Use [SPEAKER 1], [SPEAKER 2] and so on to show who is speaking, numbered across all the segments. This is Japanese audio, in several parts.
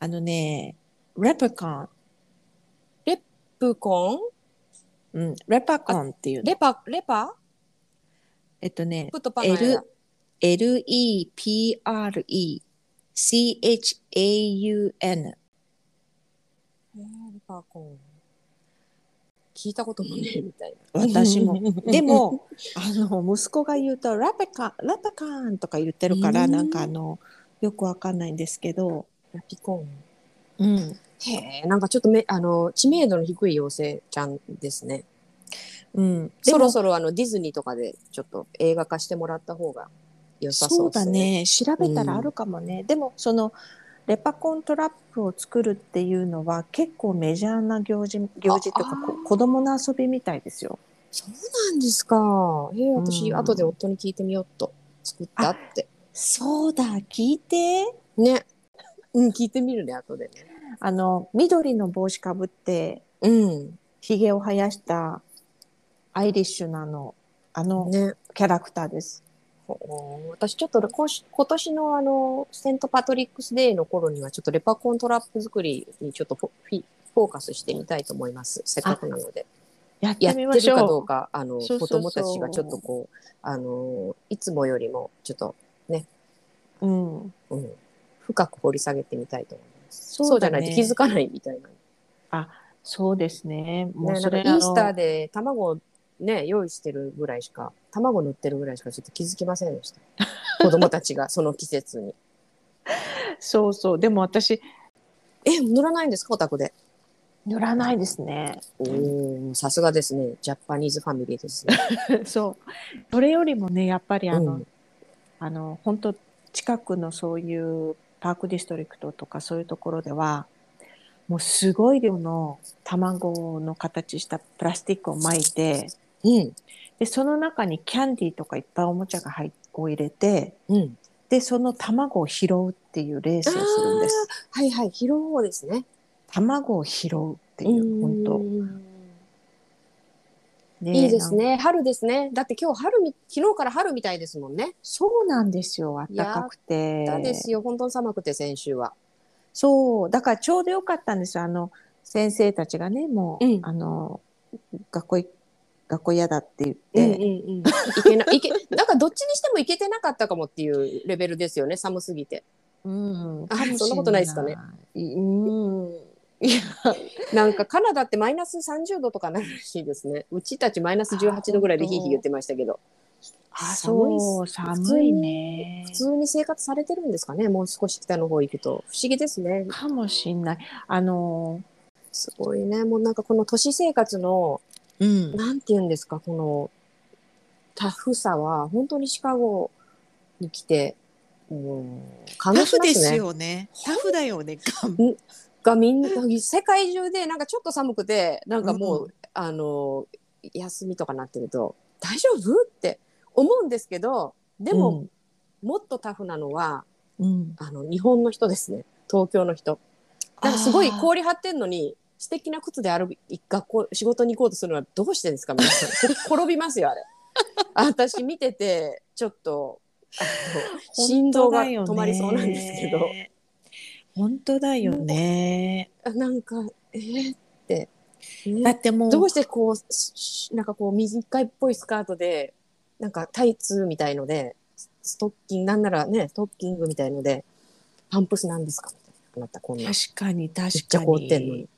[SPEAKER 1] あのね、レプコン、
[SPEAKER 2] プコン
[SPEAKER 1] うん、レパコンっていうの。
[SPEAKER 2] レパ、レパ
[SPEAKER 1] えっとね、
[SPEAKER 2] プとパの間
[SPEAKER 1] L、L-E-P-R-E、C-H-A-U-N。
[SPEAKER 2] えーレパコン。聞いたこともねえみたいな。
[SPEAKER 1] 私も。 で、も、あの、息子が言うと、ラペカン、ラペカンとか言ってるから、
[SPEAKER 2] うん
[SPEAKER 1] なんかあの、よくわかんないんですけど、
[SPEAKER 2] レピコン。
[SPEAKER 1] うん。
[SPEAKER 2] へえ、なんかちょっとめあの知名度の低い妖精ちゃんですね。
[SPEAKER 1] うん。で
[SPEAKER 2] そ
[SPEAKER 1] も
[SPEAKER 2] ろそろあのディズニーとかでちょっと映画化してもらった方が良さ
[SPEAKER 1] そ
[SPEAKER 2] そううで
[SPEAKER 1] だ
[SPEAKER 2] すね。
[SPEAKER 1] ね調べたらあるかもね、でもそのレパコントラップを作るっていうのは結構メジャーな行事行事というか
[SPEAKER 2] あ
[SPEAKER 1] こ子供の遊びみたいですよ。
[SPEAKER 2] そうなんですか。へえ、私、
[SPEAKER 1] うん
[SPEAKER 2] 後で夫に聞いてみようっと作ったって。
[SPEAKER 1] そうだ聞いて
[SPEAKER 2] ね。うん、聞いてみるね、後でね。
[SPEAKER 1] あの緑の帽子かぶって
[SPEAKER 2] うん。
[SPEAKER 1] ひげを生やしたアイリッシュなのあの
[SPEAKER 2] ね。
[SPEAKER 1] キャラクターです。
[SPEAKER 2] ほ私ちょっと今し今年のあのセントパトリックスデーの頃にはちょっとレパコントラップ作りにちょっとフォフィフォーカスしてみたいと思いますせっかくなので
[SPEAKER 1] やっ
[SPEAKER 2] や
[SPEAKER 1] て
[SPEAKER 2] って
[SPEAKER 1] み
[SPEAKER 2] る
[SPEAKER 1] ましょう。
[SPEAKER 2] かどうかあの
[SPEAKER 1] そうそうそう
[SPEAKER 2] 子供たちがちょっとこうあのいつもよりもちょっと、
[SPEAKER 1] うん、
[SPEAKER 2] うん、深く掘り下げてみたいと思いますそう,、
[SPEAKER 1] そう
[SPEAKER 2] じ
[SPEAKER 1] だ
[SPEAKER 2] ゃ
[SPEAKER 1] ね
[SPEAKER 2] ないと気づかないみたいな
[SPEAKER 1] そうですね。もう
[SPEAKER 2] ね、
[SPEAKER 1] そ
[SPEAKER 2] なん
[SPEAKER 1] れ
[SPEAKER 2] かイースター
[SPEAKER 1] で
[SPEAKER 2] で卵をね用意してるぐらいしか卵塗ってるぐらいしかちょっと気づきませんでした子供たちがその季節に
[SPEAKER 1] そうそうでも私
[SPEAKER 2] え塗らないんですかお宅で
[SPEAKER 1] 塗らないですね。
[SPEAKER 2] おーさすがですねジャパニーズファミリーですね
[SPEAKER 1] そうそれよりもねやっぱりあの、
[SPEAKER 2] うん
[SPEAKER 1] あの本当近くのそういうパークディストリクトとかそういうところではもうすごい量の卵の形したプラスチックを巻いて
[SPEAKER 2] うん
[SPEAKER 1] でその中にキャンディーとかいっぱいおもちゃが入っを入れて
[SPEAKER 2] うん
[SPEAKER 1] でその卵を拾うっていうレースをするんです。
[SPEAKER 2] はいはい拾う方ですね
[SPEAKER 1] 卵を拾うっていう本当ね
[SPEAKER 2] いいです
[SPEAKER 1] なんか
[SPEAKER 2] ね春ですねだって今日春み昨日から春みたいですもんね
[SPEAKER 1] そうなんですよあったかくて
[SPEAKER 2] だですよ本当に寒くて先週は
[SPEAKER 1] そう、だからちょうどよかったんですよ。あの、先生たちがね、もう、
[SPEAKER 2] うん
[SPEAKER 1] あの、学校い、学校嫌だって言って、
[SPEAKER 2] うん、いけないけ なんかどっちにしてもいけてなかったかもっていうレベルですよね寒すぎて
[SPEAKER 1] うん、
[SPEAKER 2] あ
[SPEAKER 1] かもしれ
[SPEAKER 2] そんなことないですかね
[SPEAKER 1] いうん。いや、
[SPEAKER 2] なんかカナダってマイナス30度とかなるらしいですねうちたちマイナス18度ぐらいでヒーヒー言ってましたけど
[SPEAKER 1] あ、
[SPEAKER 2] 寒いっす
[SPEAKER 1] そう、寒いね
[SPEAKER 2] 普。通に生活されてるんですかねもう少し北の方行くと不思議ですね
[SPEAKER 1] かもしんない。あの、
[SPEAKER 2] すごいねもうなんかこの都市生活の
[SPEAKER 1] うん。
[SPEAKER 2] なんて言うんですかこのタフさは本当にシカゴに来てうん感動しますね
[SPEAKER 1] よね。タフだよね。
[SPEAKER 2] がみんな世界中でなんかちょっと寒くてなんかもう、
[SPEAKER 1] う
[SPEAKER 2] あの休みとかなってると大丈夫って思うんですけどでも、、もっとタフなのは
[SPEAKER 1] うん。
[SPEAKER 2] あの日本の人ですね東京の人なんかすごい氷張ってんのに素敵な靴で歩く学校仕事に行こうとするのはどうしてですか皆さん 転びますよあれ私見ててちょっとあの心臓が止まりそうなんですけど、
[SPEAKER 1] 本当だよね。
[SPEAKER 2] あなんかえー、って、
[SPEAKER 1] だってもう、
[SPEAKER 2] どうしてこうししなんかこう短いっぽいスカートでなんかタイツみたいのでスストッキングなんならねストッキングみたいのでパンプスなんですかみたいなあなたこんなめっ
[SPEAKER 1] 確かに確
[SPEAKER 2] ち
[SPEAKER 1] か
[SPEAKER 2] ゃ
[SPEAKER 1] に
[SPEAKER 2] 凍ってんのに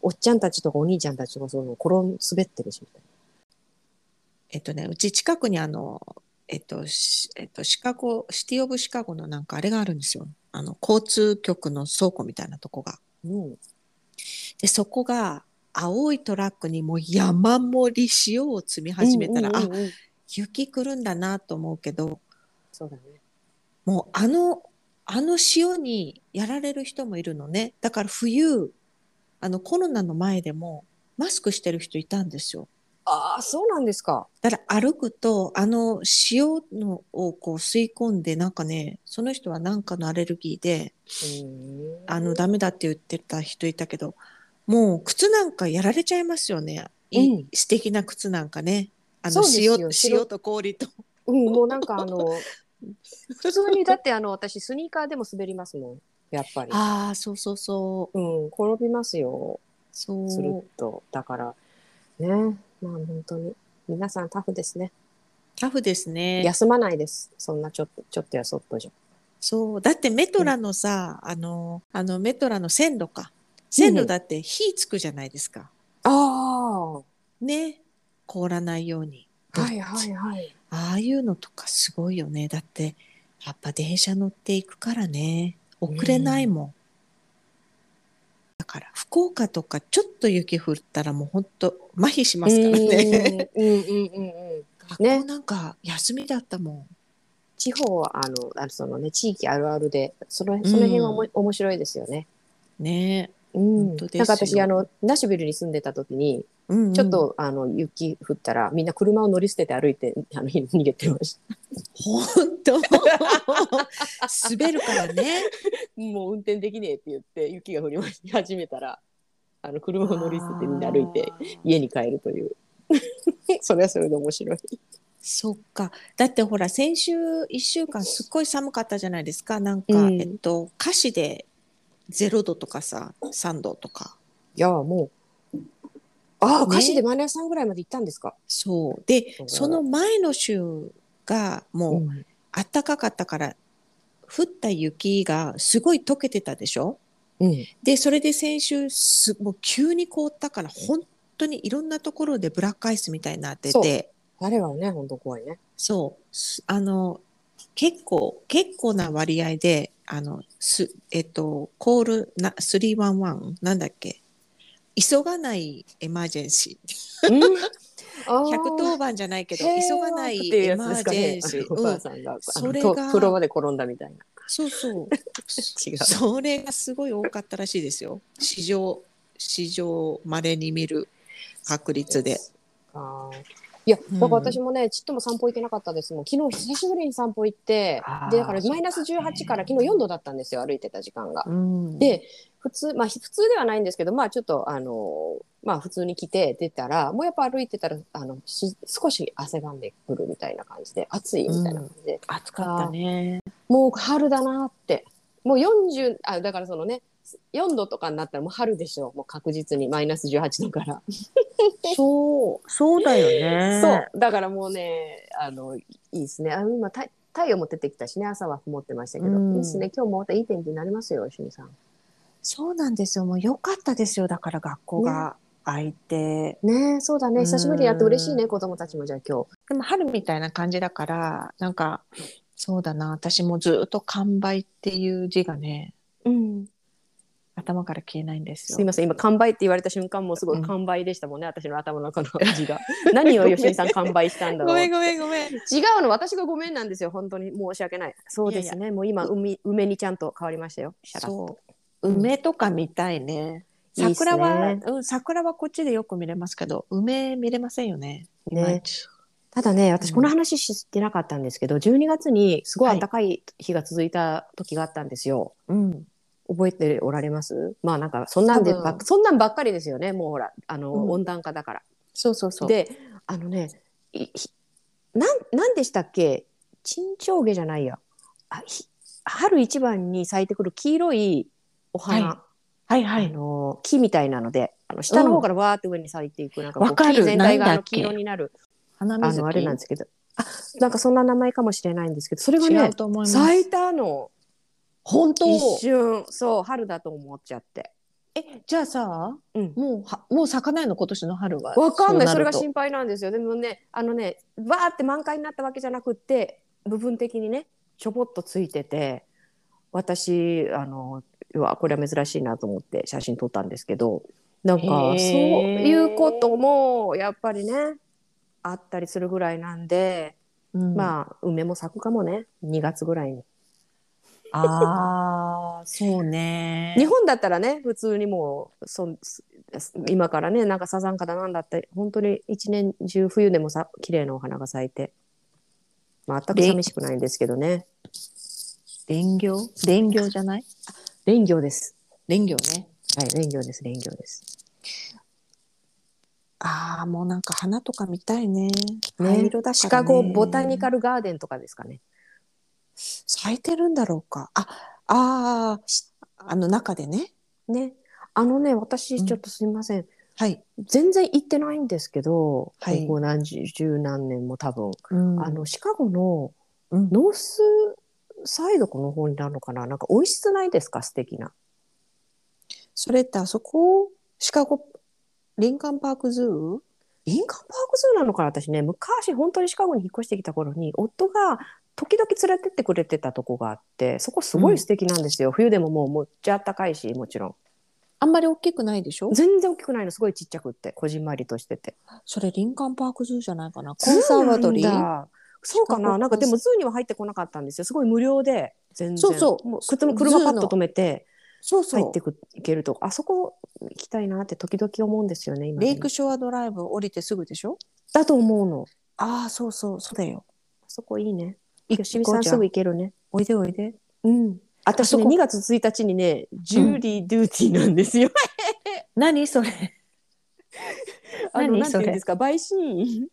[SPEAKER 2] おっちゃんたちとかお兄ちゃんたちとかそういうの転ん滑ってるしみたい
[SPEAKER 1] えっとねうち近くにあのえっと、しえっと、シカゴシティ・オブ・シカゴのなんかあれがあるんですよあの交通局の倉庫みたいなとこが
[SPEAKER 2] な、うん、
[SPEAKER 1] でそこが青いトラックにもう山盛り塩を積み始めたら、
[SPEAKER 2] うん
[SPEAKER 1] あ
[SPEAKER 2] うんうんうん
[SPEAKER 1] 雪来るんだなと思うけど
[SPEAKER 2] そうだね
[SPEAKER 1] もうあのあの塩にやられる人もいるのねだから冬あのコロナの前でもマスクしてる人いたんですよ
[SPEAKER 2] ああそうなんですか
[SPEAKER 1] だから歩くと、あの塩のをこう吸い込んで、なんかね、その人はなんかのアレルギーで、あの、ダメだって言ってた人いたけど、もう靴なんかやられちゃいますよね。い
[SPEAKER 2] うん
[SPEAKER 1] 素敵な靴なんかね。あ
[SPEAKER 2] そ
[SPEAKER 1] の
[SPEAKER 2] うですよ
[SPEAKER 1] 塩、
[SPEAKER 2] 白
[SPEAKER 1] 塩と氷と。
[SPEAKER 2] うんもうなんかあの普通にだってあの私スニーカーでも滑りますもんやっぱり。
[SPEAKER 1] ああ、そうそうそう。
[SPEAKER 2] うん、転びますよ。
[SPEAKER 1] そう。
[SPEAKER 2] つるっと。だから、ね、まあ本当に。皆さんタフですね。
[SPEAKER 1] タフですね。
[SPEAKER 2] 休まないです。そんなちょっと、ちょっとやそっとじゃ。
[SPEAKER 1] そう。だってメトラのさ、あの、あのメトラの線路か。線路だって火つくじゃないですか。
[SPEAKER 2] あ
[SPEAKER 1] ね。凍らないように。
[SPEAKER 2] あはいはい はい。
[SPEAKER 1] ああいうのとかすごいよね。だって、やっぱ電車乗っていくからね。遅れないもん。だから、福岡とかちょっと雪降ったらもうほんと麻痺しますからね。
[SPEAKER 2] うんうんうんうんうん。
[SPEAKER 1] 学校なんか休みだったもん。
[SPEAKER 2] 地方は、あの、あのそのね、地域あるあるで、そのその辺はおも、面白いですよね。
[SPEAKER 1] ね
[SPEAKER 2] うん。
[SPEAKER 1] 本当ですよ
[SPEAKER 2] なんか私、あの、ナッシュビルに住んでた時に、
[SPEAKER 1] うんうん
[SPEAKER 2] ちょっと、あの、雪降ったら、みんな車を乗り捨てて歩いて、 あの、逃げてました。
[SPEAKER 1] 本 当 滑るからね。
[SPEAKER 2] もう運転できねえって言って雪が降りまし始めたらあの車を乗り捨ててみんな歩いて
[SPEAKER 1] あー。
[SPEAKER 2] 家に帰る というそれはそれで面白い。
[SPEAKER 1] そっか。だってほら、先週1週間すっごい寒かったじゃないですか。なんか、
[SPEAKER 2] うん
[SPEAKER 1] えっと、歌詞で0度とかさ、3度とか。
[SPEAKER 2] いやもうああ、
[SPEAKER 1] ね
[SPEAKER 2] 歌詞でマイナス3ぐらいまで行ったんですか、
[SPEAKER 1] そう。で
[SPEAKER 2] う、ん
[SPEAKER 1] その前の週がもう暖かかったから、降った雪がすごい溶けてたでしょ
[SPEAKER 2] うん
[SPEAKER 1] で、それで先週す、もう急に凍ったから、本当にいろんなところでブラックアイスみたいになって
[SPEAKER 2] そう
[SPEAKER 1] て。
[SPEAKER 2] あれはね本当怖いね。
[SPEAKER 1] そうす、あの、結構、結構な割合で、あの、す、えっと、コールな、311、なんだっけ、急がないエマージェンシー。110番じゃないけど、急がないエマージェンシー。
[SPEAKER 2] お
[SPEAKER 1] う
[SPEAKER 2] 母
[SPEAKER 1] ん、
[SPEAKER 2] さんが、あの
[SPEAKER 1] それ
[SPEAKER 2] と
[SPEAKER 1] が
[SPEAKER 2] 風呂場で転んだみたいな。
[SPEAKER 1] そう そう。
[SPEAKER 2] 違う
[SPEAKER 1] それがすごい多かったらしいですよ。史上、史上稀に見る確率で。
[SPEAKER 2] あーいや、
[SPEAKER 1] うん
[SPEAKER 2] だから私もね、ちっとも散歩行けなかったですもん。昨日久しぶりに散歩行って
[SPEAKER 1] あー、
[SPEAKER 2] で、だからマイナス18から昨日4度だったんですよ、歩いてた時間が。
[SPEAKER 1] うん
[SPEAKER 2] で、普通、まあひ普通ではないんですけど、まあちょっと、あのー、まあ普通に来て出たら、もうやっぱ歩いてたら、あの、し少し汗ばんでくるみたいな感じで、暑いみたいな感じで、
[SPEAKER 1] 暑かったね。
[SPEAKER 2] もう春だなって。もう40、あ、だからそのね、4度とかになったらもう春でしょう。もう確実にマイナス18度から。
[SPEAKER 1] そう、そうだよね
[SPEAKER 2] そうだからもうねあのいいですねあ今太太陽も出てきたしね朝は曇ってましたけど、
[SPEAKER 1] うん
[SPEAKER 2] いいですね今日もまたいい天気になりますよしみさん
[SPEAKER 1] そうなんですよ。もう良かったですよ。だから学校が空いて。
[SPEAKER 2] ねえそうだね久しぶりにやって嬉しいね子供たちもじゃあ今
[SPEAKER 1] でも春みたいな感じだから、なんか、そうだな。私もずっと完売っていう字がね、
[SPEAKER 2] 日、うん、
[SPEAKER 1] 頭から消えないんですよ。
[SPEAKER 2] すいません今完売って言われた瞬間もすご
[SPEAKER 1] う
[SPEAKER 2] い
[SPEAKER 1] ん
[SPEAKER 2] 完売でしたもんね、私の頭の中の字が何を吉見さん完売したんだろう違
[SPEAKER 1] ごめんごめん。
[SPEAKER 2] うの私がごめんなんですよ本当に申し訳ないそうですねもう今梅梅にちゃんと変わりましたよシャラッと
[SPEAKER 1] そう。梅とか見たいね。
[SPEAKER 2] いいっすね
[SPEAKER 1] 桜は、うん、桜はこっちでよく見れますけど、梅見れませんよね。いまいち
[SPEAKER 2] ただね、
[SPEAKER 1] う
[SPEAKER 2] 私
[SPEAKER 1] ん
[SPEAKER 2] この話知ってなかったんですけど、12月にすごい暖かい日が続いた時があったんですよ。
[SPEAKER 1] うん。
[SPEAKER 2] 覚えておられますまあなんか、そんなんでばっ
[SPEAKER 1] 多分
[SPEAKER 2] そんなんばっかりですよね、もうほら、あの、
[SPEAKER 1] うん
[SPEAKER 2] 温暖化だから。
[SPEAKER 1] そうそうそう。
[SPEAKER 2] で、あのね、いひなん、なんでしたっけ珍鳥毛じゃないや。あひ春一番に咲いてくる黄色いお花。
[SPEAKER 1] ははいは
[SPEAKER 2] あ。の木みたいなのであの下の方からわーって上に咲いていく、なんかこう
[SPEAKER 1] わかる
[SPEAKER 2] 木全体が
[SPEAKER 1] な
[SPEAKER 2] あ
[SPEAKER 1] んだ
[SPEAKER 2] の
[SPEAKER 1] っ
[SPEAKER 2] 黄
[SPEAKER 1] け
[SPEAKER 2] 色になる
[SPEAKER 1] 花
[SPEAKER 2] あ
[SPEAKER 1] 水
[SPEAKER 2] の
[SPEAKER 1] 木
[SPEAKER 2] あれなんですけどあなんかそんな名前かもしれないんですけどそれが
[SPEAKER 1] 違
[SPEAKER 2] ね
[SPEAKER 1] うと思います。
[SPEAKER 2] 咲いたの
[SPEAKER 1] 本当
[SPEAKER 2] 一瞬そう春だと思っちゃって
[SPEAKER 1] え、じゃあさ、
[SPEAKER 2] うん
[SPEAKER 1] もうは、もう咲かないの今年の春は。
[SPEAKER 2] わかんないそうれ
[SPEAKER 1] る
[SPEAKER 2] が
[SPEAKER 1] と
[SPEAKER 2] 心配なんですよでもねあのねわーって満開になったわけじゃなくって部分的にねちょぼっとついてて私あのうわこれは珍しいなと思って写真撮ったんですけどなんか
[SPEAKER 1] へ
[SPEAKER 2] そう
[SPEAKER 1] ー
[SPEAKER 2] いうこともやっぱりねあったりするぐらいなんで、
[SPEAKER 1] うん
[SPEAKER 2] まあ梅も咲くかもね2月ぐらいに。
[SPEAKER 1] ああ、そうね。
[SPEAKER 2] 日本だったらね普通にもうそんす今からねなんかサザンカだなんだって本当に一年中冬でもさ綺麗なお花が咲いて、まあ、全く寂しくないんですけどね
[SPEAKER 1] 連業連業じゃない
[SPEAKER 2] 蓮魚です
[SPEAKER 1] 連業ね。
[SPEAKER 2] はい蓮魚です蓮魚です
[SPEAKER 1] ああ、もうなんか花とか見たいね。
[SPEAKER 2] ね
[SPEAKER 1] 灰色だからね
[SPEAKER 2] シカゴボタニカルガーデンとかですかね
[SPEAKER 1] 咲いてるんだろうか。あ、ああ、あの中でね。
[SPEAKER 2] ね。あのね、私、
[SPEAKER 1] うん
[SPEAKER 2] ちょっとすみません。
[SPEAKER 1] はい。
[SPEAKER 2] 全然行ってないんですけど、
[SPEAKER 1] はい
[SPEAKER 2] ここ何十、十何年も多分。あ
[SPEAKER 1] あの、
[SPEAKER 2] の、シカゴの
[SPEAKER 1] うん
[SPEAKER 2] ノースサイドこの方になるのかななんか美味しくないですか素敵な。
[SPEAKER 1] それってあそこシカゴ、リンカンパークズー
[SPEAKER 2] リンカンパークズーなのかな私ね、昔本当にシカゴに引っ越してきた頃に、夫が時々連れてってくれてたとこがあって、そこすごい素敵なんですよ。冬でももうむっちゃ暖かいし、もちろん。
[SPEAKER 1] あんまり大きくないでしょ
[SPEAKER 2] 全然大きくないの、すごいちっちゃくって、こじんまりとしてて。
[SPEAKER 1] それリンカンパークズーじゃないかな。コンサーバトリ
[SPEAKER 2] ズー
[SPEAKER 1] ー。
[SPEAKER 2] なんだそうか
[SPEAKER 1] シカゴ
[SPEAKER 2] ななんかでもズーには入ってこなかったんですよ。すごい無料で、全然。
[SPEAKER 1] そうそう
[SPEAKER 2] もう靴も車パッと止めて、
[SPEAKER 1] そうそ
[SPEAKER 2] 入
[SPEAKER 1] う
[SPEAKER 2] って。くいけるとこ。あそこ行きたいなって時々思うんですよね、今ね
[SPEAKER 1] レイクショアドライブ降りてすぐでしょ
[SPEAKER 2] だと思うの。
[SPEAKER 1] ああ、そうそう、そうだよ。
[SPEAKER 2] あそこいいね。
[SPEAKER 1] 行
[SPEAKER 2] 吉見さんすぐ行けるね。
[SPEAKER 1] おいでおいで。
[SPEAKER 2] うん。私ね、
[SPEAKER 1] あそこ
[SPEAKER 2] 2月1日にね、ジュリー・ドゥーティーなんです よ。
[SPEAKER 1] 何それ。
[SPEAKER 2] あの、
[SPEAKER 1] 何
[SPEAKER 2] なんてい
[SPEAKER 1] そ
[SPEAKER 2] うん
[SPEAKER 1] れ
[SPEAKER 2] ですか、陪審員。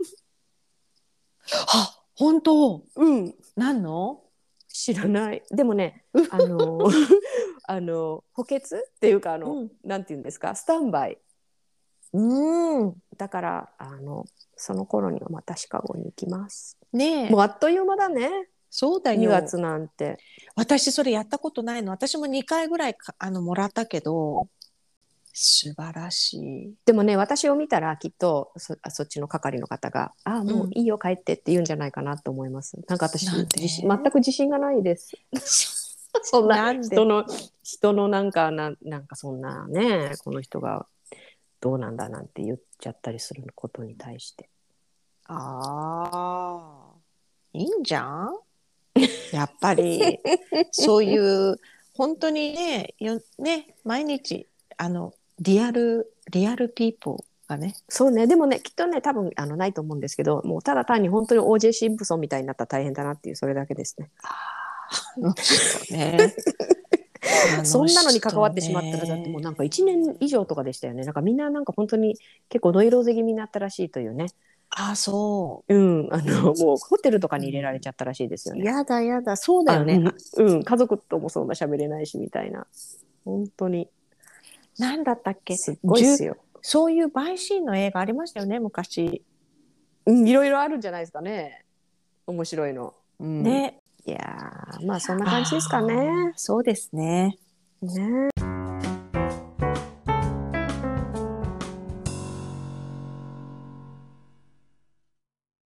[SPEAKER 1] あ、本当
[SPEAKER 2] うん。
[SPEAKER 1] 何の
[SPEAKER 2] 知らない。でもね、あの、 あの、補欠っていうか、あの、なんていうんですか、スタンバイ。
[SPEAKER 1] うん。うん。
[SPEAKER 2] だから、あの、その頃にはまたシカゴに行きます。
[SPEAKER 1] ねえ
[SPEAKER 2] も。うあっという間だね。
[SPEAKER 1] そうだ
[SPEAKER 2] 2
[SPEAKER 1] よ。
[SPEAKER 2] 月なんて。
[SPEAKER 1] 私それやったことないの。私も2回ぐらいかあのもらったけど、素晴らし い。
[SPEAKER 2] でもね、私を見たらきっとそあそっちの係の方が、ああ、もういいよ、帰ってって言うんじゃないかなと思います。なんか私、
[SPEAKER 1] なんで
[SPEAKER 2] 自信全く自信がない です。そんな
[SPEAKER 1] なんで
[SPEAKER 2] 人の、人のなんか、なんなんかそんなね、この人がどうなんだなんて言っちゃったりすることに対して。
[SPEAKER 1] ああ、いいんじゃんやっぱ り、そういう、本当にね、よね、毎日、あの、リアル、リアルピーポーがね、
[SPEAKER 2] そうね、でもね、きっとね、多分あのないと思うんですけど、もうただ単に本当に OJ シンプソンみたいになったら大変だなっていう、それだけですね。
[SPEAKER 1] ね
[SPEAKER 2] そんなのに関わってしまったら、だってもうなんか1年以上とかでしたよね。なんかみんななんか本当に結構ノイローゼ気味になったらしいというね。
[SPEAKER 1] ああ、そ
[SPEAKER 2] うん、あの、もうホテルとかに入れられちゃったらしいですよ
[SPEAKER 1] う。
[SPEAKER 2] ね。
[SPEAKER 1] やだやだ、そうだよね。あ
[SPEAKER 2] あ。うん、うん家族ともそんな喋れないしみたいな。本当に。
[SPEAKER 1] なんだったっけ
[SPEAKER 2] すっごいです
[SPEAKER 1] じゅ
[SPEAKER 2] よ。
[SPEAKER 1] そういう陪審の映画ありましたよね、昔。
[SPEAKER 2] うん、いろいろあるんじゃないですかね。面白いの。うん、
[SPEAKER 1] ね。
[SPEAKER 2] いやーまあそんな感じですかね。
[SPEAKER 1] あー。そうですね。
[SPEAKER 2] ね